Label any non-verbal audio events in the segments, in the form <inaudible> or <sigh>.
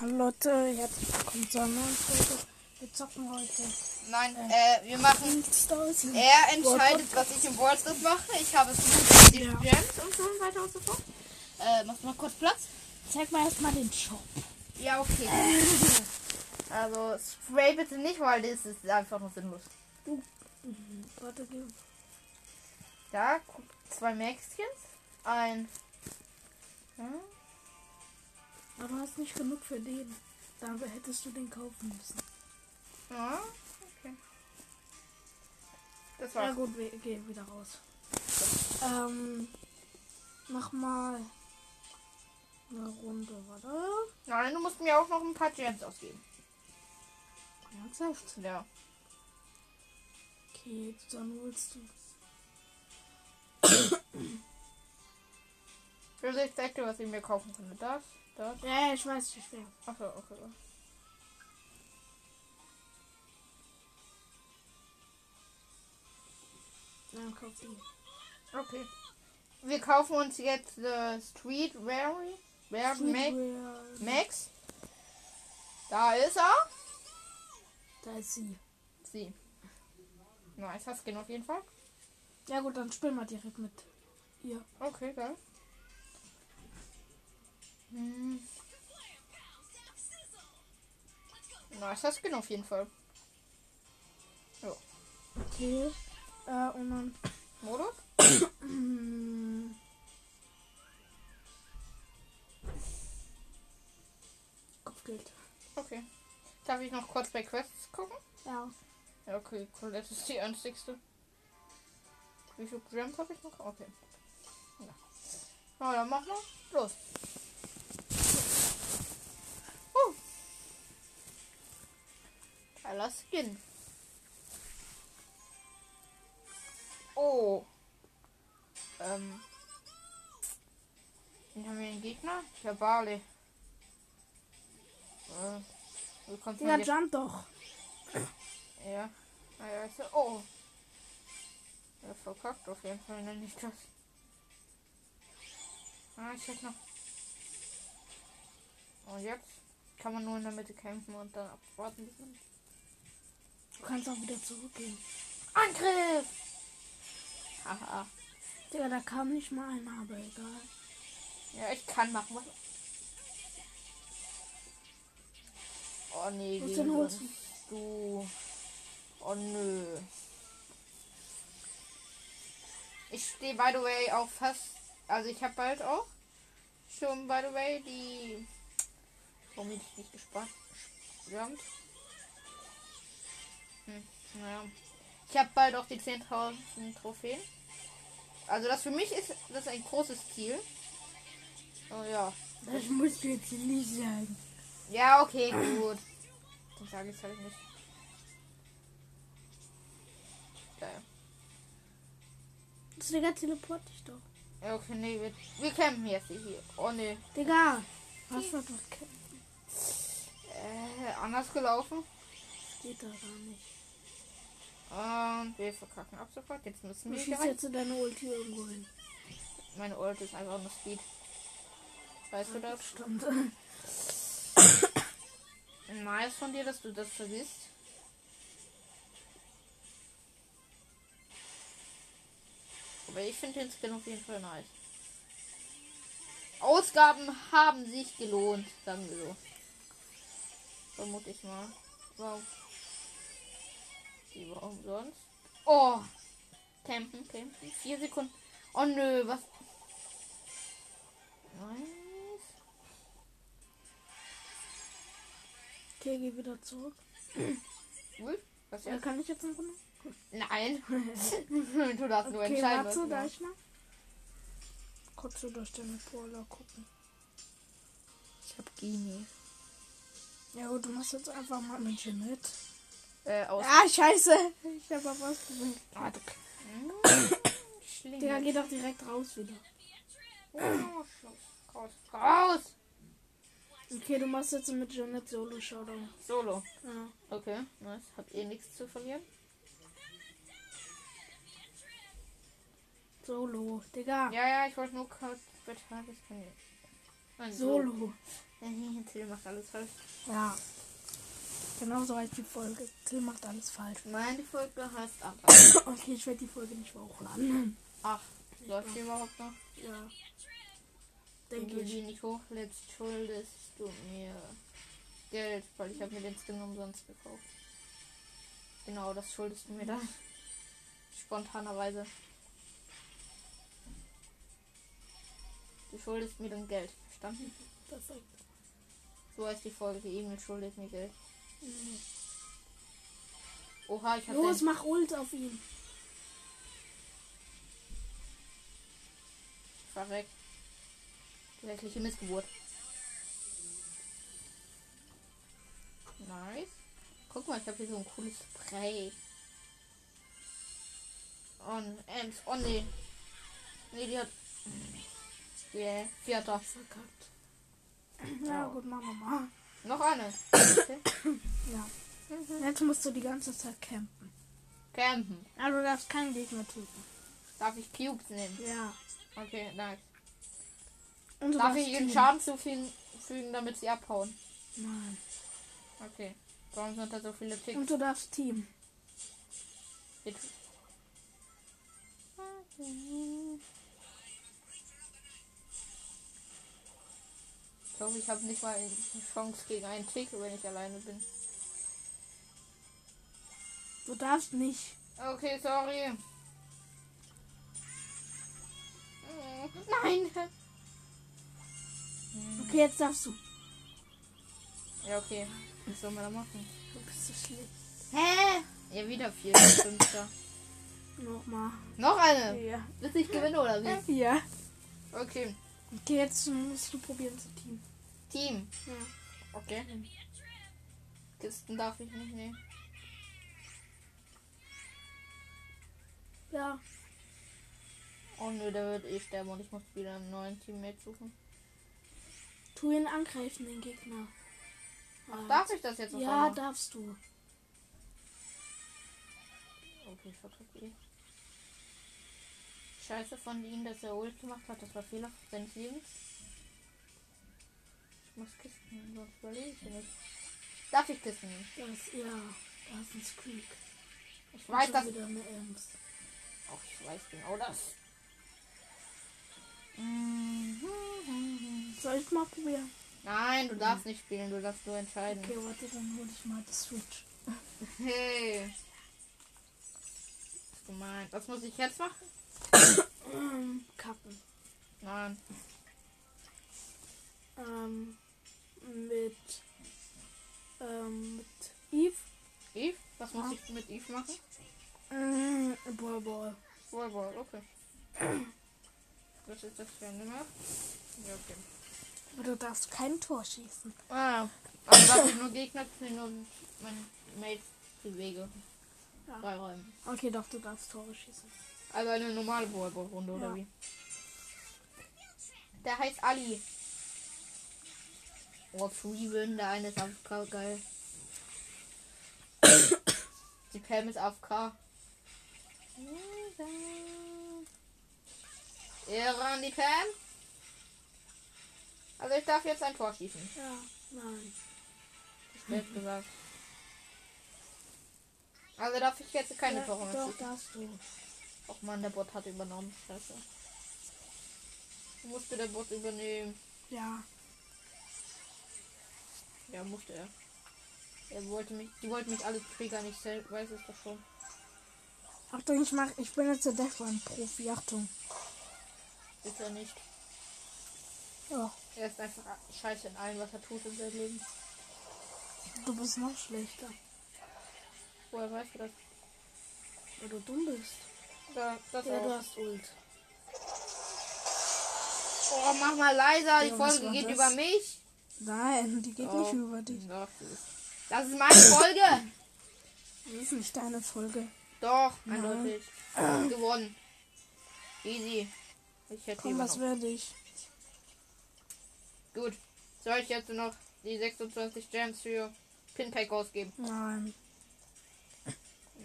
Hallo Leute, herzlich willkommen zu einer neuen Folge. Wir zocken heute. Nein, äh, wir machen. Stars. Er entscheidet, was ich im Wallstrip mache. Ich habe es gemacht, die Ja. Gems und so weiter und so fort. Äh, machst du mal kurz Platz? Zeig mal erstmal den Shop. Ja, okay. <laughs> also, spray bitte nicht, weil das ist einfach nur sinnlos. Warte, geh. Da, guck, zwei Maxkins. Ein. Hm? Aber du hast nicht genug für den. Da hättest du den kaufen müssen. Ja, okay. Das Ja war's. gut, wir gehen wieder raus. Ähm, mach mal eine Runde, warte. Nein, du musst mir auch noch ein paar Gems ausgeben. Ernsthaft? Ja. Okay, dann holst du. Also, ich zeig dir, was ich mir kaufen könnte. Das, das. Ja, ja, ich weiß, ich will. Achso, okay. Dann kauf die. Okay. Wir kaufen uns jetzt äh, Street Rary. Rare Max. Streetwear. Max. Da ist er. Da ist sie. Sie. Nice, hast Skin auf jeden Fall. Ja gut, dann spielen wir direkt mit ihr. Okay, geil. Hm. Nice, hast Skin auf jeden Fall. Okay. Äh, und dann Modus? Mm. <clears throat> Kopfgeld. Okay. Darf ich noch kurz bei Quests gucken? Ja. Ja, okay, Colette ist die einzigste. Wie viel Gems habe ich noch? Okay. Ja. Na, dann mach mal. Los. Oh. Geiler Skin. Oh. Ähm. Wen haben wir einen Gegner? Der Barley. Äh, wie kommt Digga, man jetzt? jump doch. Ja. Naja, ist ja. Oh. Er verkackt auf jeden Fall, nenne ich das. Ah, ich hätte noch. Und jetzt kann man nur in der Mitte kämpfen und dann abwarten. bis man- Du kannst auch wieder zurückgehen. Angriff! Haha. Digga, da kam nicht mal einer, aber egal. Ja, ich kann machen was. Oh nee, Was gegen denn holst uns. du. Oh nö. Ich stehe by the way auch fast. Also ich habe bald auch schon by the way die. Womit ich nicht gespannt. Gesamt. Hm, naja. Ich habe bald auch die 10.000 Trophäen. Also das für mich ist das ein großes Ziel. Oh ja. Das musst du jetzt nicht sagen. Ja, okay, gut. Dann sage ich halt nicht. Geil. Digga, teleport dich doch. Ja, okay, nee, wir, wir kämpfen jetzt hier. Oh nee. Digga. Was wird das? Äh, anders gelaufen. Geht da gar nicht. Und wir verkacken ab sofort. Jetzt Du müssen wir schießt hier rein. jetzt in deine Ulti irgendwo hin. Meine Ult ist einfach nur Speed. Weißt du das? Stimmt. <laughs> Nice von dir, dass du das vergisst. Aber ich finde den Skin auf jeden Fall nice. Ausgaben haben sich gelohnt, sagen wir so. Vermute ich mal. Warum? Die war umsonst. Oh! Campen, campen. Vier Sekunden. Oh nö, was? Nice. Okay, geh wieder zurück. Cool. Was Ja, jetzt? kann ich jetzt eine Runde? Nein. <laughs> du darfst nur Okay, entscheiden. warte, was da du ich mal. Kurz so durch deine Pola gucken. Ich hab Genie. Ja gut, du machst jetzt einfach mal mit dir mit. Äh, aus. Ah, scheiße. Ich hab aber was gesagt. Ah, du. Digga, Schlinge. geh doch direkt raus wieder. Oh, Schuss. Raus. Raus. Okay, du machst jetzt mit Janet Solo Showdown. Solo. Ja. Okay, nice. Habt ihr nichts zu verlieren? Solo. Digga. Ah. Ja, ja, ich wollte nur kurz betragen. Ich kann nicht. Nein, Solo. <laughs> Till macht alles falsch. Ja. Genauso heißt die Folge. Till macht alles falsch. <coughs> Meine Folge heißt aber. Okay, ich werde die Folge nicht mehr hochladen. Ach, läuft die überhaupt noch? Ja. Wenn Denke du die ich. nicht hochlädst, schuldest du mir Geld, weil ich habe mir den Skin umsonst gekauft. Genau, das schuldest du mir dann. Spontanerweise. Du schuldest mir dann Geld, verstanden? Perfekt. So heißt die Folge, Emil schuldet mir Geld. Oha, ich hab Los, den... mach Ult auf ihn. Verreckt. Wirkliche Missgeburt. Nice. Guck mal, ich habe hier so ein cooles Spray. Und Ems. Oh nee. Nee, die hat. Yeah, Oh vierter. Verkackt. Ja, Oh. gut, machen wir mal. Noch eine. Okay. Ja. Jetzt musst du die ganze Zeit campen. Campen. Aber Also, du darfst keinen Gegner töten. Darf ich Cubes nehmen? Ja. Okay, nice. Und du Darf darfst ich ihnen teamen. Schaden zufügen, damit sie abhauen? Nein. Okay. Warum sind da so viele Ticks? Und du darfst Team. Jetzt. Ich glaube, ich habe nicht mal eine Chance gegen einen Tick, wenn ich alleine bin. Du darfst nicht. Okay, sorry. Mm, Nein! Okay, jetzt darfst du. Ja, okay. Was soll man da machen? Du bist so schlecht. Hä? Ja, wieder vier. Fünfter. Nochmal. Noch eine! Ja. Bis ich gewinne oder wie? Ja. Okay. Okay, jetzt musst du probieren zu Team. Team. Ja. Okay. Kisten darf ich nicht nehmen. Ja. Oh nö, der wird eh sterben und ich muss wieder einen neuen Teammate suchen. Tu ihn angreifen, den Gegner. Ah. Darf ich das jetzt noch Ja, einmal? darfst du. Okay, ich verdrück eh. Scheiße von ihm, dass er Ult gemacht hat. Das war Fehler seines Lebens. Ich muss Kisten, nehmen, sonst überlebe ich hier nicht. Darf ich Kisten nehmen? Das, ja. Das ist ein Squeak. Ich weiß das. Schon Wieder eine Ems. Auch ich weiß genau das. Mhm. Soll ich mal probieren? Nein, du darfst nicht spielen, du darfst nur entscheiden. Okay, warte, dann hol ich mal die Switch. Hey. Das ist gemein. Was muss ich jetzt machen? Ähm, Kappen. Nein. Ähm, mit, ähm, mit Eve. Eve? Was muss Ja. ich mit Eve machen? Ähm, Ball, Ball. Wallball, <clears throat> okay. Was ist das für eine Nummer? Ja, okay. Aber du darfst kein Tor schießen. Ah, also darf ich nur Gegner killen und mein Mate bewege. Ja. Freiräumen. Okay, doch, du darfst Tore schießen. Also eine normale Wallball-Runde, Ja. oder wie? Der heißt Ali. Oh, Freewin, der eine ist AFK, geil. Die Pam ist AFK. Ehre an die Pam. Also ich darf jetzt ein Tor schießen. Ja. Nein. Spät gesagt. Also darf ich jetzt keine ja, Tore mehr Doch, schießen. darfst du. Och man, der Bot hat übernommen. Scheiße. Musste der Bot übernehmen. Ja. Ja, musste er. Er wollte mich, die wollten mich alle triggern, ich sel- weiß es doch schon. Achtung, ich mach, ich bin jetzt der Deathline-Profi. Achtung. Ist er nicht. Ja. Er ist einfach scheiße in allem, was er tut in seinem Leben. Du bist noch schlechter. Woher weißt du das? Weil du dumm bist. Da, das Ja, du auch. hast Ult. Oh, mach mal leiser, die Ja, was Folge war geht das? über mich. Nein, die geht Oh. nicht über dich. Doch, das ist- Das ist meine Folge. Das ist nicht deine Folge. Doch, eindeutig. Gewonnen. Easy. Ich hätte Komm, was übernommen. werde ich? Gut. Soll ich jetzt noch die 26 Gems für Pinpack ausgeben? Nein.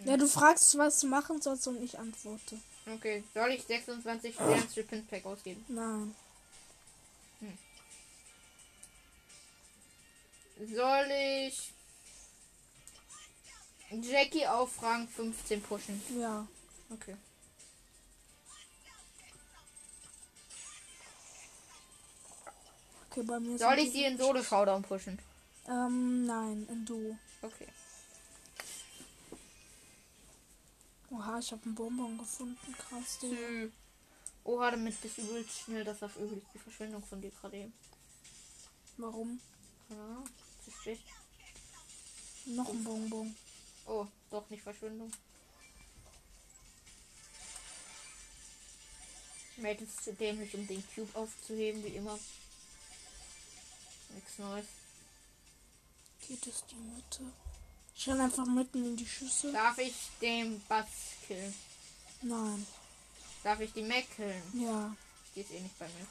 Ja, du fragst, was du machen sollst und ich antworte. Okay. Soll ich 26 Gems für Pinpack ausgeben? Nein. Soll ich Jackie auf Rang 15 pushen? Ja. Okay. Okay, bei mir Soll sind ich sie in Solo Showdown pushen? Ähm, nein, in Duo. Okay. Oha, ich habe einen Bonbon gefunden. Krass, Digga. Hm. Oha, damit bist du übelst schnell. Das war übelst die Verschwendung von dir gerade eben. Warum? Keine Ahnung. Zu spät. Noch ein Bonbon. Oh, doch nicht Verschwendung. Mädels ist zu dämlich, um den Cube aufzuheben, wie immer. Nix Neues. Geht es die Mitte? Ich renn einfach mitten in die Schüsse. Darf ich den Bass killen? Nein. Darf ich die Mac killen? Ja. Die ist eh nicht bei mir.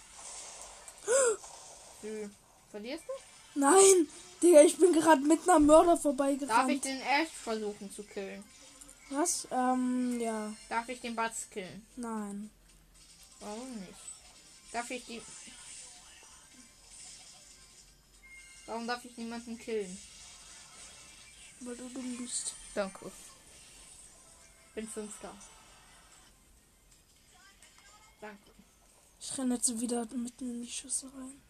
Du verlierst du? Nein! Digga, ich bin gerade mitten am Mörder Darf ich vorbeigerannt. den Ash versuchen zu killen? Was? Ähm, ja. Darf ich den Bass killen? Nein. Warum nicht? Darf ich die... Warum darf ich niemanden killen? Weil du dumm bist. Danke. Bin fünfter. Danke. Ich renne jetzt wieder mitten in die Schüsse rein.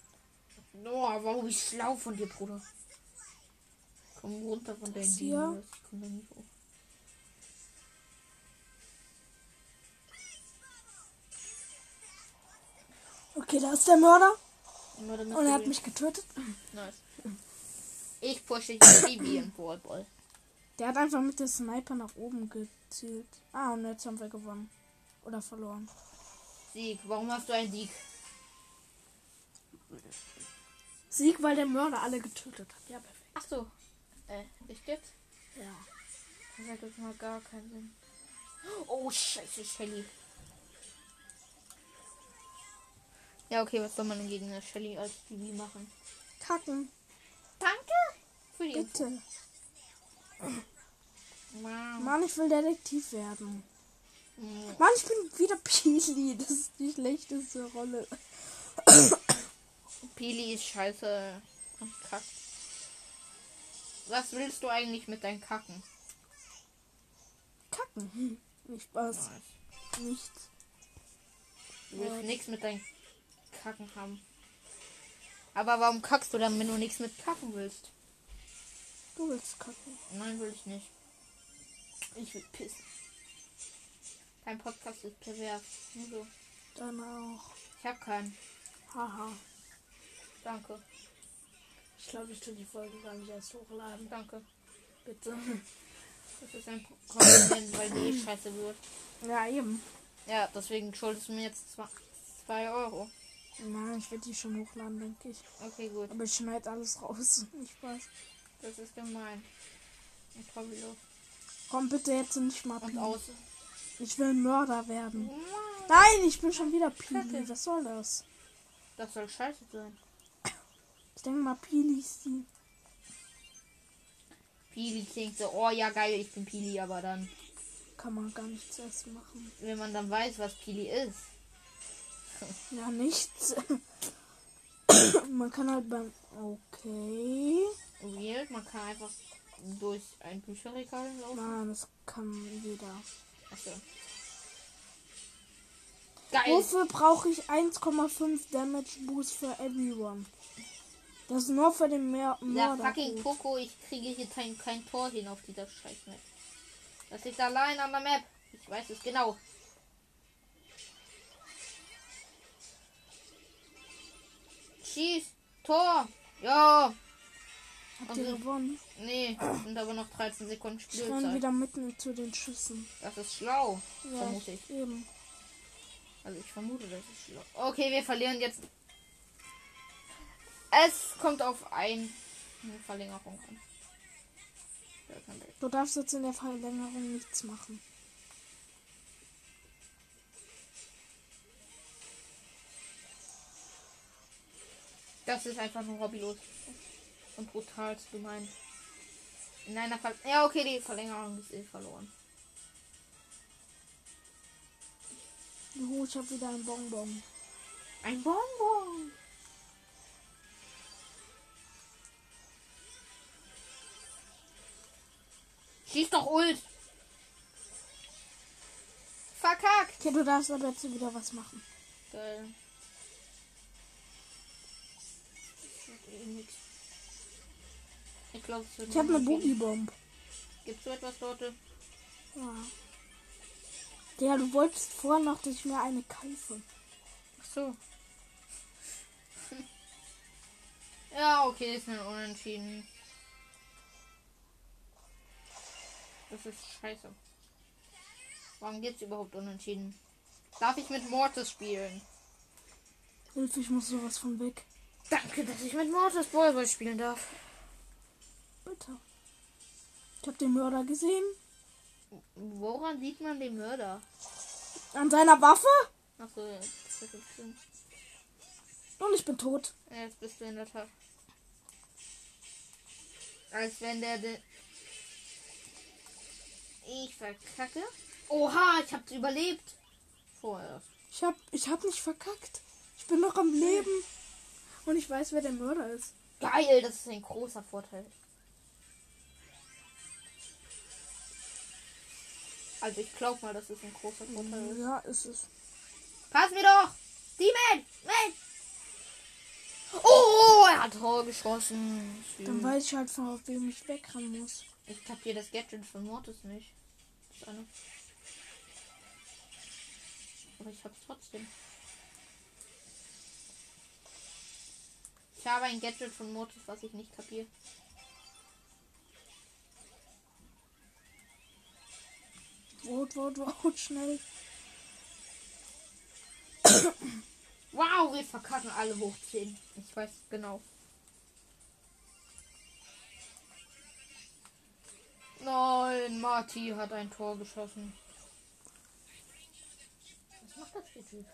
Noah, warum ich schlau von dir, Bruder? Komm runter von deinem Das Ding. hier? Jonas. Ich komm da nicht hoch. Okay, da ist der Mörder. Immer damit Und du er hat den- mich getötet. Nice. Ich pushe die Vivian Wallball. Der hat einfach mit dem Sniper nach oben gezielt. Ah, und jetzt haben wir gewonnen. Oder verloren. Sieg. Warum hast du einen Sieg? Sieg, weil der Mörder alle getötet hat. Ja, perfekt. Ach so. Äh, ich jetzt? Ja. Das ergibt mal gar keinen Sinn. Oh, scheiße, Shelly. Ja, okay, was soll man denn gegen eine Shelly als Bibi machen? Kacken. Danke für die Info. Bitte. Wow. Mann, ich will Detektiv werden. Mm, Mann, ich bin wieder <laughs> Pili. Das ist die schlechteste Rolle. Pili ist scheiße und kack. Was willst du eigentlich mit deinen Kacken? Kacken. <laughs> Hm. Nicht Spaß. Nichts. Du willst Ja. nichts mit deinen Kacken haben. Aber warum kackst du dann, wenn du nichts mit Kacken willst? Du willst kacken. Nein, will ich nicht. Ich will pissen. Dein Podcast ist pervers. Wieso? Dann auch. Ich hab keinen. Haha. Danke. Ich glaube, ich tue die Folge gar nicht erst hochladen. Danke. Bitte. Das ist <coughs> ein Kompliment, weil die eh scheiße wird. Ja, eben. Ja, deswegen schuldest du mir jetzt 2 Euro. Nein, ich werde die schon hochladen, denke ich. Okay, gut. Aber ich schneide alles raus. <laughs> Nicht Spaß. Das ist gemein. Ich hab Mhm. wieder. Komm bitte jetzt nicht mal Und Pili. außen. Ich will Mörder werden. Nein, ich bin schon wieder Pili. Kacke. Was soll das? Das soll scheiße sein. Ich denke mal, Pili ist die. Pili klingt so, oh ja geil, ich bin Pili, aber dann, Kann man gar nichts erst machen. wenn man dann weiß, was Pili ist. <laughs> Ja, nichts. <coughs> man kann halt beim. Okay. Weird, man kann einfach durch ein Bücherregal laufen. Nein, das kann jeder. Achso. Geil. Wofür brauche ich 1,5 Damage Boost für everyone? Das ist nur für den Mer Der Mörder. fucking Poco, ich kriege hier kein, kein Tor hin auf dieser scheiß Map. Das liegt allein an der Map. Ich weiß es genau. Schieß! Tor! Ja! Habt ihr gewonnen? Nee, sind aber noch 13 Sekunden Ich renn Spielzeit. wieder mitten zu den Schüssen. Das ist schlau, Ja, vermute ich. eben. Also ich vermute, das ist schlau. Okay, wir verlieren jetzt. Es kommt auf ein eine Verlängerung an. Da kann der- Du darfst jetzt in der Verlängerung nichts machen. Das ist einfach nur hobbylos. Und brutal gemein. In einer Ver Ja, okay, die Verlängerung ist eh verloren. Juhu, ich habe wieder ein Bonbon. Ein Bonbon! Schieß doch Ult. Verkackt. Okay, du darfst aber jetzt wieder was machen. Geil. Ich hab eh nix. Ich glaube, es wird Ich habe eine nicht gehen. Boogie Bomb. Gibt's so etwas, Leute? Ja. Ja, du wolltest vorher noch, dass ich mir eine kaufe. Ach so. ja, okay, ist ein Unentschieden. Das ist scheiße. Warum geht's überhaupt Unentschieden? Darf ich mit Mortis spielen? Hilfe, ich muss sowas von weg. Danke, dass ich mit Mortis Ballball spielen darf. Bitte. Ich habe den Mörder gesehen. Woran sieht man den Mörder? An seiner Waffe? Achso, ja, das ergibt Sinn. Und ich bin tot. Ja, Jetzt bist du in der Tat. Als wenn der. De ich verkacke. Oha, ich hab's überlebt. Vorher. Ich hab, ich hab nicht verkackt. Ich bin noch am Leben. Und ich weiß, wer der Mörder ist. Geil, das ist ein großer Vorteil. Also ich glaub mal, das ist ein großer Vorteil. Ja, ist es. Pass mir doch! Demon! Mensch! Oh, er hat Tor geschossen. Dann weiß ich halt, von auf wem ich wegrennen muss. Ich kapiere das Gadget von Mortis nicht. Schade. Aber ich hab's trotzdem. Ich habe ein Gadget von Mortis, was ich nicht kapiere. Rot, rot, rot, schnell. Wow, wir verkacken alle hoch 10. Ich weiß genau. Nein, Marty hat ein Tor geschossen. Was macht das für Typ?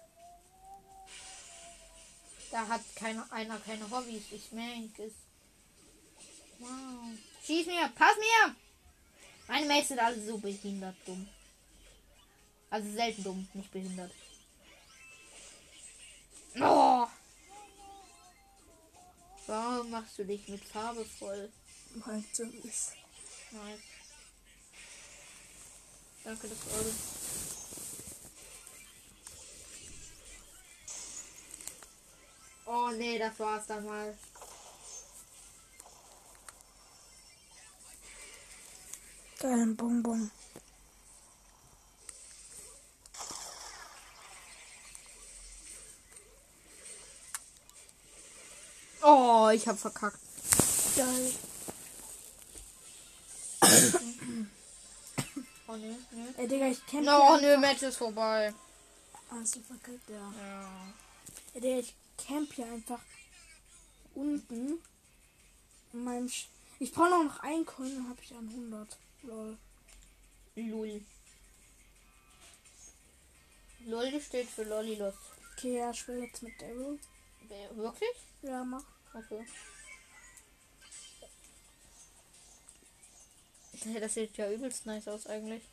Da hat keiner, einer keine Hobbys. Ich merke es. Wow. Schieß mir, pass mir! Meine Mates sind alle so behindert dumm. Also selten dumm, nicht behindert. Oh. Warum machst du dich mit Farbe voll? Mein Sinn ist. Nice. Danke, das eure. Oh nee, das war's dann mal. Geil, ein Bonbon. Oh, ich hab verkackt. Geil. Oh nee, nee. Ey, Digga, ich Ah, kenn No, nö, Match ist vorbei. Hast du verkackt, ja. Ja. Ey, Digga, ich camp hier einfach unten. In meinem Sch ich brauche noch noch einen Coin, dann hab ich einen 100. Lol. Lul. Lol steht für Lollilos. Okay, ja, ich spiele jetzt mit Daryl. Wirklich? Ja, mach. Okay. Hey, das sieht ja übelst nice aus eigentlich.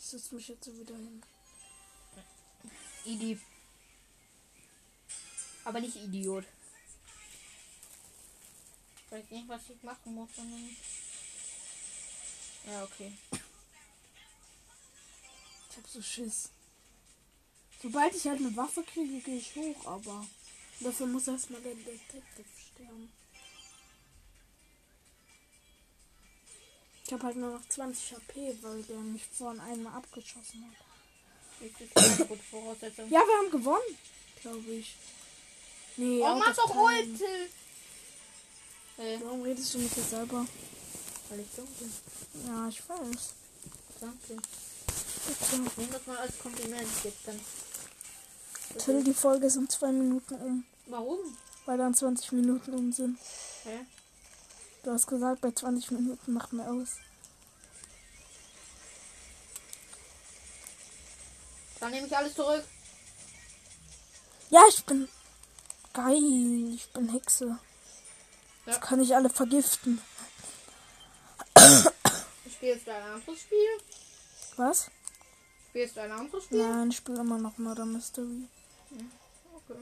Ich setze mich jetzt so wieder hin. Idi. Aber nicht Idiot. Ich weiß nicht, was ich machen muss. sondern- Ja, okay. Ich hab so Schiss. Sobald ich halt eine Waffe kriege, gehe ich hoch, aber dafür muss erstmal der Detective sterben. Ich habe halt nur noch 20 HP, weil der mich vorhin einmal abgeschossen hat. Ich bin keine gute Voraussetzung. Ja, wir haben gewonnen, glaube ich. Nee, oh, out mach of doch time. Ult! Äh, Warum redest du mit dir selber? weil ich dumm bin. Ja, ich weiß. Danke. Bitte. Nimm das mal als Kompliment jetzt dann. Till, die Folge ist in zwei Minuten um, Warum? weil dann 20 Minuten um sind. Hä? Du hast gesagt, bei 20 Minuten macht mir aus. Dann nehme ich alles zurück. Ja, ich bin geil. Ich bin Hexe. Ja. Jetzt kann ich alle vergiften. Spielst du ein anderes Spiel? Was? Spielst du ein anderes Spiel? Nein, ich spiele immer noch Murder Mystery. Okay.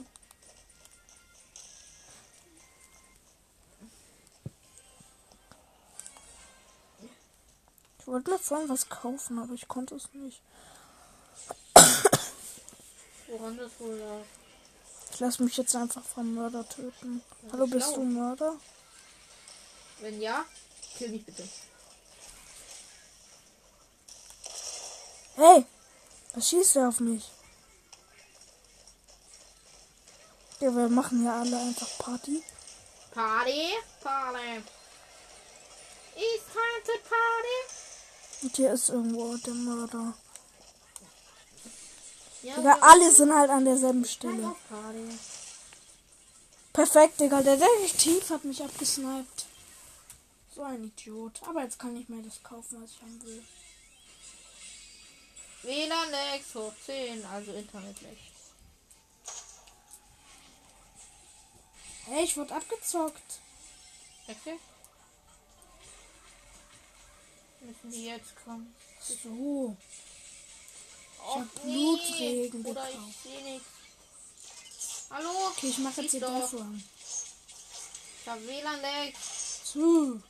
Ich Ich wollte mir vorhin was kaufen, aber ich konnte es nicht. Woran das wohl lag? Ich lasse mich jetzt einfach vom Mörder töten. Hallo, bist schlau. du Mörder? Wenn ja, kill mich bitte. Hey! Was schießt er auf mich? Ja, wir machen ja alle einfach Party. Party, Party. It's time to party. Und hier ist irgendwo der Mörder. Ja, Digga, alle sind halt an derselben Stelle. auf Party. Perfekt, Digga. Der Detektiv hat mich abgesniped. So ein Idiot. Aber jetzt kann ich mir das kaufen, was ich haben will. WLAN Lex hoch 10, also Internet Lex. Ey, ich wurde abgezockt. Okay. Müssen die jetzt kommen? So. Och, hab Blutregen Oder ich gekauft. seh nichts. Hallo? Okay, ich mache jetzt hier Schieß doch. drauf. lang. Ich hab WLAN Lex. So. Und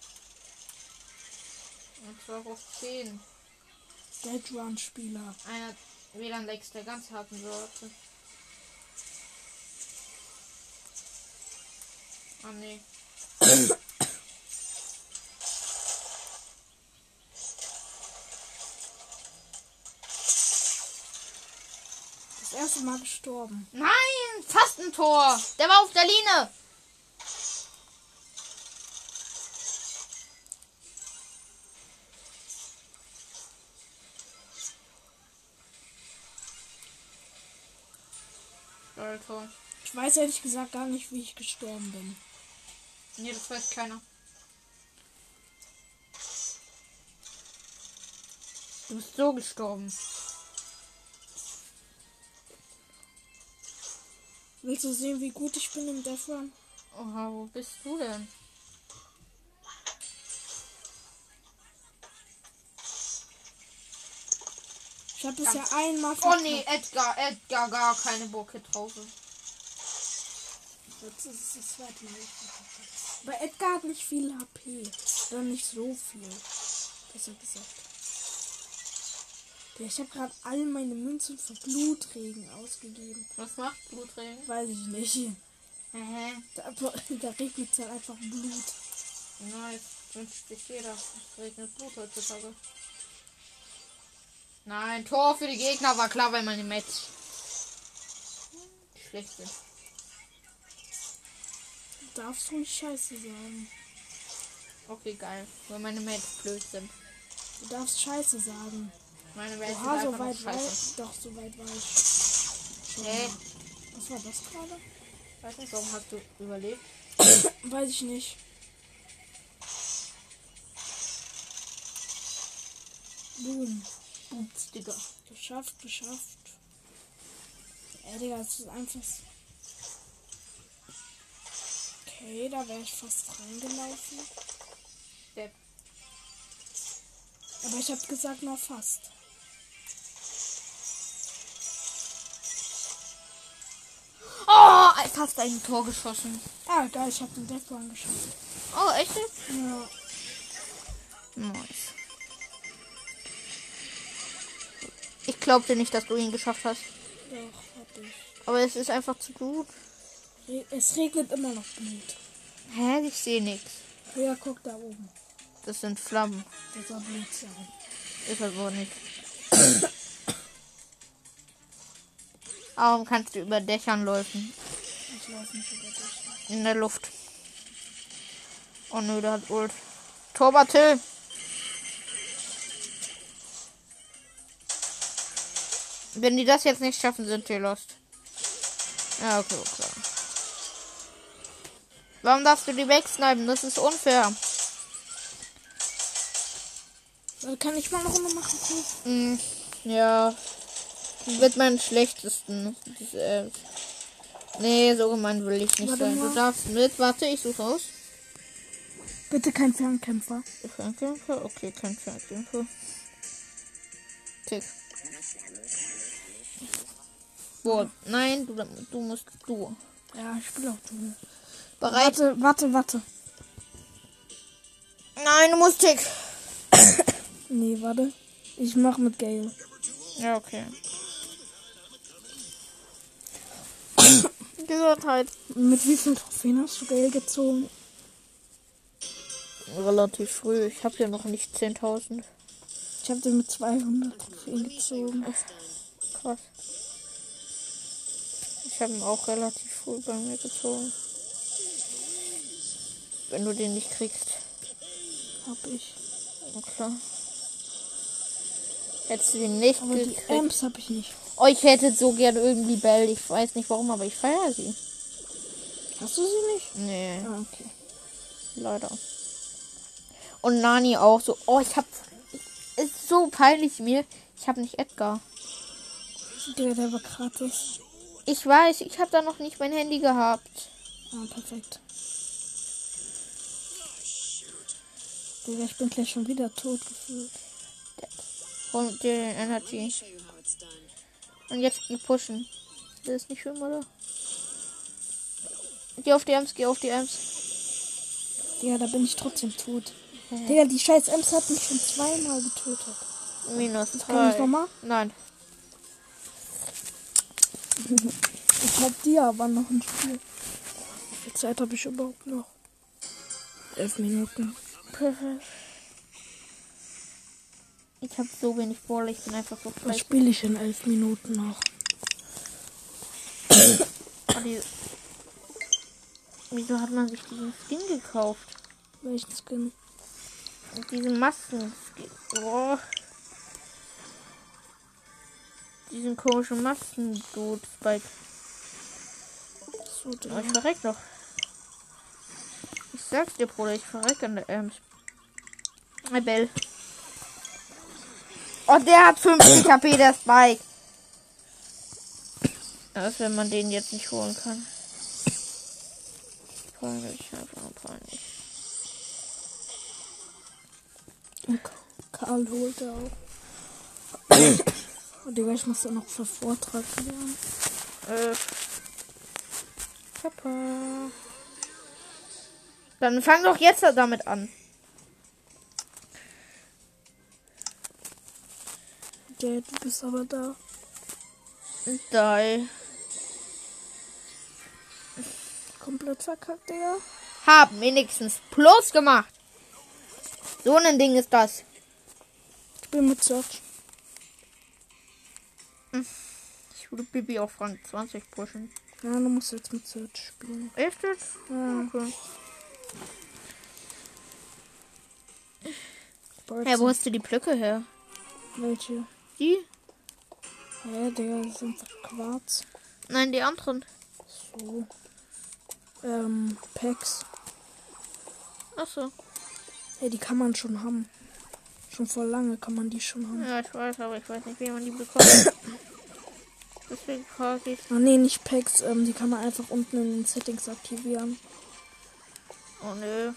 zwar hoch 10. Dead Run Spieler. Einer hat WLAN Lex der ganz harten Sorte. Ah nee. Das erste Mal gestorben. Nein! Fast ein Tor! Der war auf der Linie! Alter. Ich weiß ehrlich gesagt gar nicht, wie ich gestorben bin. Nee, das weiß keiner. Du bist so gestorben. Willst du sehen, wie gut ich bin im Death Run? Oha, wo bist du denn? Ich habe bisher einmal Oh nee, Edgar, Edgar, gar keine Burke drauf. Jetzt ist es das zweite Mal. Aber Edgar hat nicht viel HP. Oder nicht so viel. Besser gesagt. Ja, ich habe gerade all meine Münzen für Blutregen ausgegeben. Was macht Blutregen? Weiß ich nicht. Hä? Da, <laughs> da regnet es halt einfach Blut. Nice. Wünscht sich jeder. Es regnet Blut heutzutage. Nein, Tor für die Gegner war klar, weil meine Match schlecht sind. Du darfst ruhig Scheiße sagen. Okay, geil. Weil meine Match blöd sind. Du darfst Scheiße sagen. Meine Match sind Oha, so einfach weit noch war scheiße. ich. Doch, so weit war ich. Schon. Hä? Was war das gerade? Weiß nicht, warum hast du überlebt? Weiß ich nicht. Boom. Ups, Digga. Geschafft, geschafft. Ey, Digga, das ist einfach. s- Okay, da wäre ich fast reingelaufen. Depp. Aber ich habe gesagt, nur fast. Oh, fast ein Tor geschossen. Ah, geil, ich habe den Deathball angeschaut. Oh, echt? jetzt? Ja. Nice. Ich glaubte nicht, dass du ihn geschafft hast. Doch, hab ich. Aber es ist einfach zu gut. Re es regnet immer noch Blut. Hä? Ich sehe nichts. Ja, guck da oben. Das sind Flammen. Das soll Blut sein. Ist halt wohl <coughs> nicht. Warum kannst du über Dächern laufen? Ich laufe nicht über dich. In der Luft. Oh nö, der hat Ult. Torwart Hill. Wenn die das jetzt nicht schaffen, sind wir lost. Ja, okay, okay. Warum darfst du die wegsnipen? Das ist unfair. Äh, Kann ich mal eine Runde machen? Okay. Mm, ja. Mit meinem schlechtesten. Das, äh, nee, so gemein will ich nicht Warte sein. Du mal. darfst mit. Warte, ich suche aus. Bitte kein Fernkämpfer. Fernkämpfer? Okay, kein Fernkämpfer. Tick. Boah, nein, du, du musst du. Ja, ich bin auch du. Bereit? Warte, warte, warte. Nein, du musst Tick. Nee, warte. Ich mach mit Gale. Ja, okay. Gesundheit. Mit wie vielen Trophäen hast du Gale gezogen? Relativ früh. Ich habe ja noch nicht 10.000. Ich habe den mit 200 Trophäen gezogen. Krass. Ich habe ihn auch relativ früh bei mir gezogen. Wenn du den nicht kriegst. Hab ich. Na klar. Hättest du den nicht Aber die gekriegt. Amps hab ich nicht. Oh, ich hätte so gern irgendwie Bell. Ich weiß nicht warum, aber ich feiere sie. Hast du sie nicht? Nee, Ah, okay. leider. Und Nani auch so. Oh, ich hab. Ist so peinlich mir. Ich hab nicht Edgar. Der, der war gratis. Ich weiß, ich hab da noch nicht mein Handy gehabt. Ah, perfekt. Digga, ich bin gleich schon wieder tot gefühlt. Und den Energy. Und jetzt die pushen. Das ist nicht schön, oder? Geh auf die Ems, geh auf die Ems. Ja, da bin ich trotzdem tot. Digga, die scheiß Ems hat mich schon zweimal getötet. Minus Kann ich drei. nochmal? Nein. Ich hab dir aber noch ein Spiel. Wie viel Zeit habe ich überhaupt noch? Elf Minuten. <laughs> Ich hab so wenig Ball, ich bin einfach so Was schlecht. spiele ich in elf Minuten noch? Oh, die- Wieso hat man sich diesen Skin gekauft? Welchen Skin? Und diesen Masken-Skin. Oh. Diesen komischen Masken-Dude-Spike. So, Oh, ich Digga. verreck noch. Ich sag's dir, Bruder, ich verreck an der Ems. Eine Bell. Oh, der hat 50 HP, der Spike. Als wenn man den jetzt nicht holen kann. halt Peinlich, einfach nur peinlich. Und Ka- Karl holt er auch. Und Digga, ich muss da noch für Vortrag lernen. Äh. Papa. Dann fang doch jetzt damit an. Der, du bist aber da. Die. Komplett verkackt, Digga. haben wenigstens Plus gemacht. So ein Ding ist das. Ich bin mit Search. Ich würde Bibi auf Rang 20 pushen. Ja, du musst jetzt mit Search spielen. Echt jetzt? Ja, Okay. Birds Ja, wo hast du die Blöcke her? sind welche? Die? Hä, ja, Digga, das sind doch Quarz. Nein, die anderen. So. Ähm, Packs. Achso. Hey, die kann man schon haben. Schon vor lange kann man die schon haben. Ja, ich weiß, aber ich weiß nicht, wie man die bekommt. Deswegen frage ich. Ah nee, nicht Packs, ähm, die kann man einfach unten in den Settings aktivieren. Oh nö.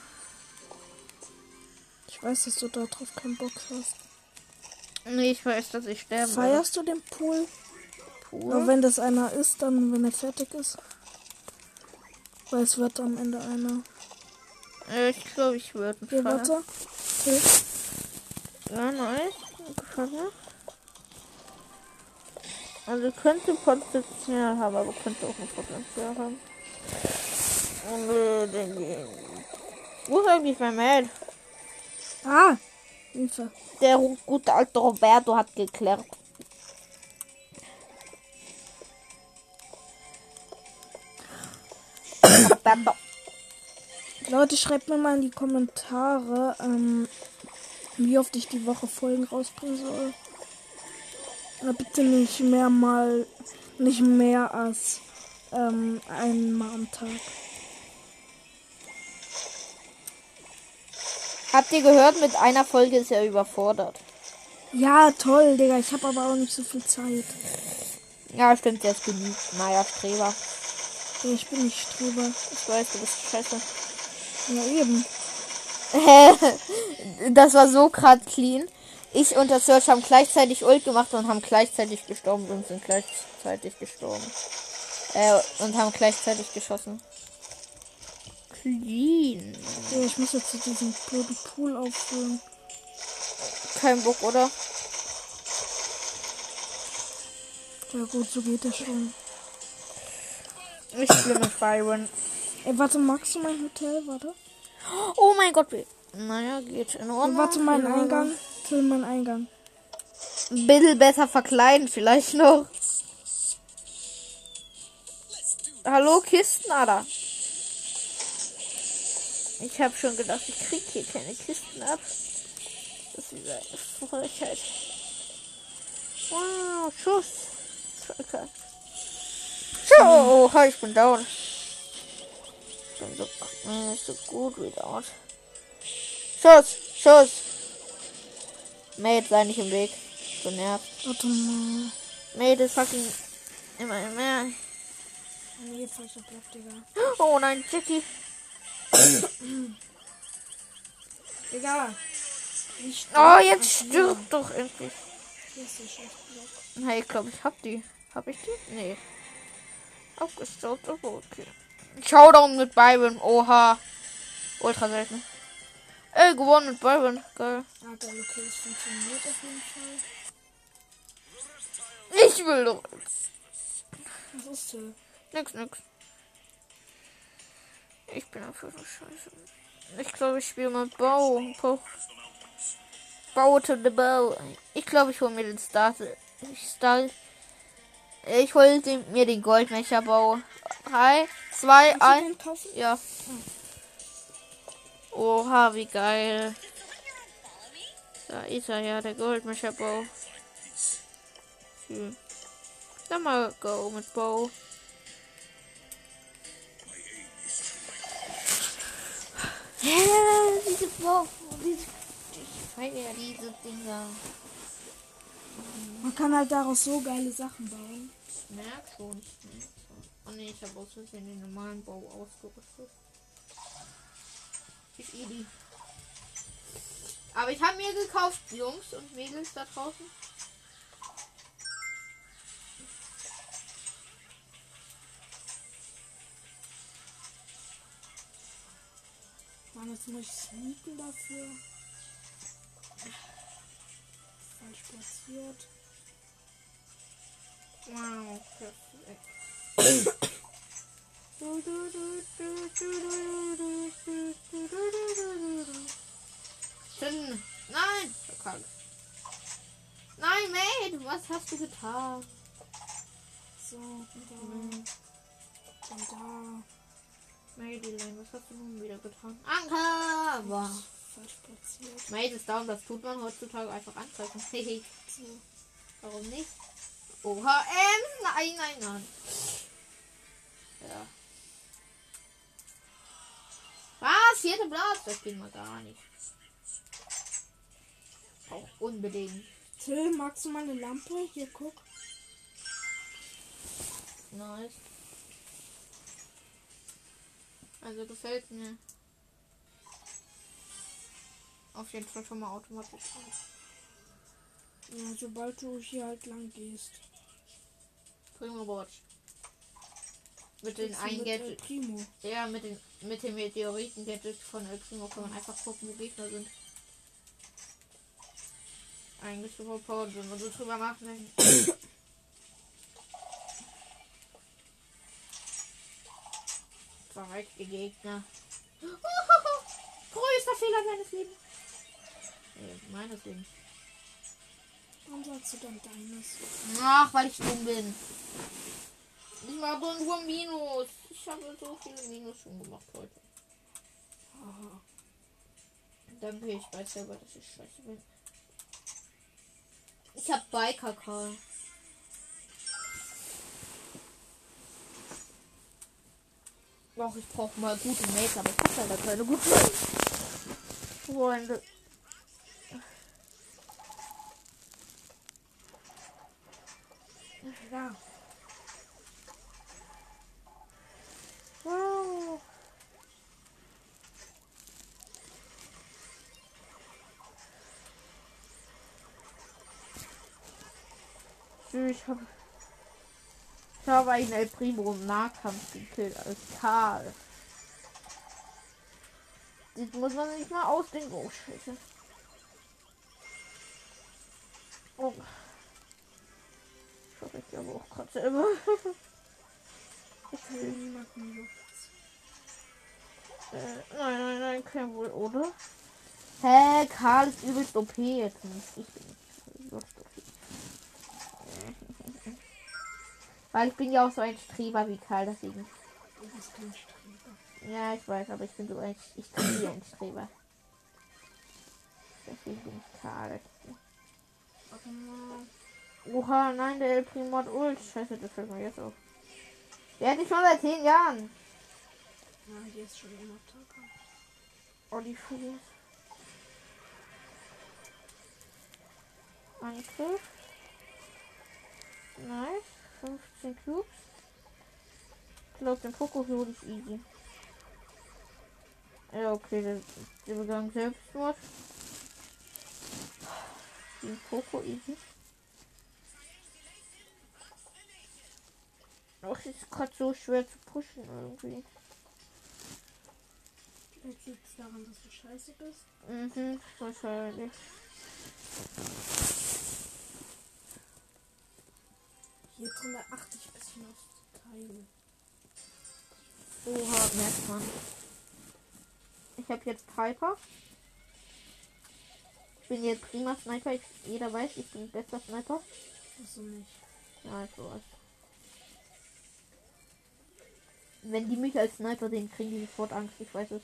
Ich weiß, dass du da drauf keinen Bock hast. Nee, ich weiß, dass ich sterben werde. Feierst du den Pool? Nur Puh. wenn das einer ist, dann wenn er fertig ist. Weil es wird am Ende einer. Äh, Ich glaube, ich würde Hier, warte. Okay. Ja, nice. Gefällt mir. Also könnte Potenzial haben, aber könnte auch ein Potenzial haben. Oh, nö, den gehen. Wo ist eigentlich mein Mail? Ah! Hilfe. Der ru- gute alte Roberto hat geklärt. Roberto. Leute, schreibt mir mal in die Kommentare, ähm, wie oft ich die Woche Folgen rausbringen soll. Aber bitte nicht mehr mal, nicht mehr als ähm, einmal am Tag. <coughs> Habt ihr gehört, mit einer Folge ist er überfordert. Ja, toll, Digga. Ich habe aber auch nicht so viel Zeit. Ja, stimmt, der ist genügt. Naja, Streber. Digga, ich bin nicht Streber. Ich weiß, du bist scheiße. Ja, eben. Hä? <laughs> Das war so grad clean. Ich und das Search haben gleichzeitig Ult gemacht und haben gleichzeitig gestorben und sind gleichzeitig gestorben. Äh, und haben gleichzeitig geschossen. Clean. Digga, ich muss jetzt hier diesen blöden Pool auffüllen. keinen Bock, oder? Ja gut, so geht das schon. Ich spiele mit Byron. Ey, warte, magst du mein Hotel? Warte. Oh mein Gott, wie- naja, geht in Ey, Ordnung. warte, meinen Ja. Eingang. Till meinen Eingang. Ein bisschen besser verkleiden, vielleicht noch. Hallo, Kistenader. Ich habe schon gedacht, ich krieg hier keine Kisten ab. Das ist wieder Frechheit. Wow, Schuss. Tracker. Schau, oha, oh, ich bin down. Ich bin so, äh, so gut wie down. Schuss, Schuss. Mate, sei nicht im Weg. So nervt. Warte mal. Mate ist fucking immer mehr. Nee, falscher Block, Digga. Oh nein, Jackie. Digga. Ich Oh, jetzt stirbt doch endlich. Hier ist der Scheißblock. Hey, ich glaube, ich hab die. Hab ich die? Nee. Aufgestaubt, aber okay. Showdown mit Byron. Oha. Ultra selten. Ey, gewonnen mit Byron. Geil. Ah, geil, okay, das funktioniert auf jeden Fall. Ich will doch. Was ist Till? Nix, nix. Ich bin einfach nur scheiße. Ich glaube, ich spiele mal Bau. Bau. Bau to the Bau. Ich glaube, ich hole mir den Star. Ich Star. Ich hole den- mir den Goldmecherbau. Drei, zwei, Kannst du eins. den kaufen? Ja. Oha, wie geil. Da ist er ja, der Goldmecherbau. Schön. Dann mal go mit Bau. Ja, diese Bock, diese. Ich feiere ja diese Dinger. Man kann halt daraus so geile Sachen bauen. Ich merk schon. ich merk schon. Oh ne, ich habe aus Versehen den normalen Bau ausgerüstet. Ist easy. Aber ich habe mir gekauft, Jungs und Mädels da draußen. Mann, jetzt muss ich sneaken dafür. Falsch platziert. Wow, perfekt. Zünden. Nein! Verkackt. Nein, Mate, was hast du getan? So, Mhm. und da. Und da. Madeline, was hast du nun wieder getan? Anker! Wow. Falsch platziert. Mate ist down, das tut man heutzutage einfach angreifen. <laughs> Hehe. So. Warum nicht? Oha, ähm, nein, nein, nein. Ja. Was? Vierte Platz? Das ging mal gar nicht. Auch unbedingt. Till, magst du meine Lampe? Hier, guck. Nice. Also gefällt mir. Auf jeden Fall schon mal automatisch. Ja, sobald du hier halt lang gehst. Primo Watch. Mit den Jetzt mit, äh, Eingadget. Primo. Ja, mit den, mit den Meteoriten-Gadget von El Primo kann man einfach gucken, wo Gegner sind. Eigentlich überpowered, wenn man so drüber nachdenkt. <coughs> Verreckte Gegner. <laughs> Größter Fehler meines Lebens. Nee, meines Lebens. Warum sagst du dann deines? Ach, weil ich dumm bin. Ich mache so nur Minus. Ich habe so viele Minus schon gemacht heute. Aha. Danke, ich weiß selber, dass ich scheiße bin. Ich hab Biker Karl. Doch, ich brauch mal gute Mates, aber ich hab leider keine guten Mates. Freunde. Ja. Wow. Dude, Ich habe ich hab einen El Primo im Nahkampf gekillt als Karl. Das muss man sich mal ausdenken. Oh, scheiße. Oh. Ich hoffe, ich glaube auch gerade selber. <laughs> Ich will niemanden hier. Äh, nein, nein, nein, kein wohl, oder? Hä, Karl ist übelst OP jetzt nicht. Ich bin nicht übelst OP. Weil ich bin ja auch so ein Streber wie Karl, deswegen. Oh, Ja, ich weiß, aber ich bin so ein, ich bin wie ein Streber. Deswegen bin ich Karl. Oha, nein, der El Primo hat Ult. Scheiße, das fällt mir jetzt auf. Der hat nicht schon seit 10 Jahren. Ja, die ist schon immer Attacke. Oh, die Fuß. Angriff. Nice. 15 Cubes. Ich glaube, den Poko hole ich easy. Ja, okay, der, der begann Selbstmord. Den Poko easy. Auch ist gerade so schwer zu pushen irgendwie. Vielleicht liegt es daran, dass du scheiße bist. Mhm, wahrscheinlich. Hier drin achte ich ein bisschen auf die Teile. Oha, merkt man. Ich habe jetzt Piper. Ich bin jetzt prima Sniper. Ich, jeder weiß, ich bin bester Sniper. Achso, nicht. Ja, ich weiß. Wenn die mich als Sniper sehen, kriegen die sofort Angst. Ich weiß es.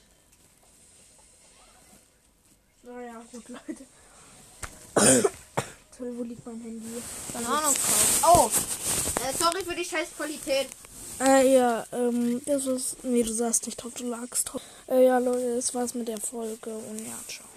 Naja, gut, Leute. Toll, wo liegt mein Handy? Keine Ahnung, Karl. Oh! Äh, sorry für die scheiß Qualität. Äh, ja, ähm, das ist. Nee, du saßt nicht drauf, du lagst drauf. Äh, ja, Leute, das war's mit der Folge und ja, ciao.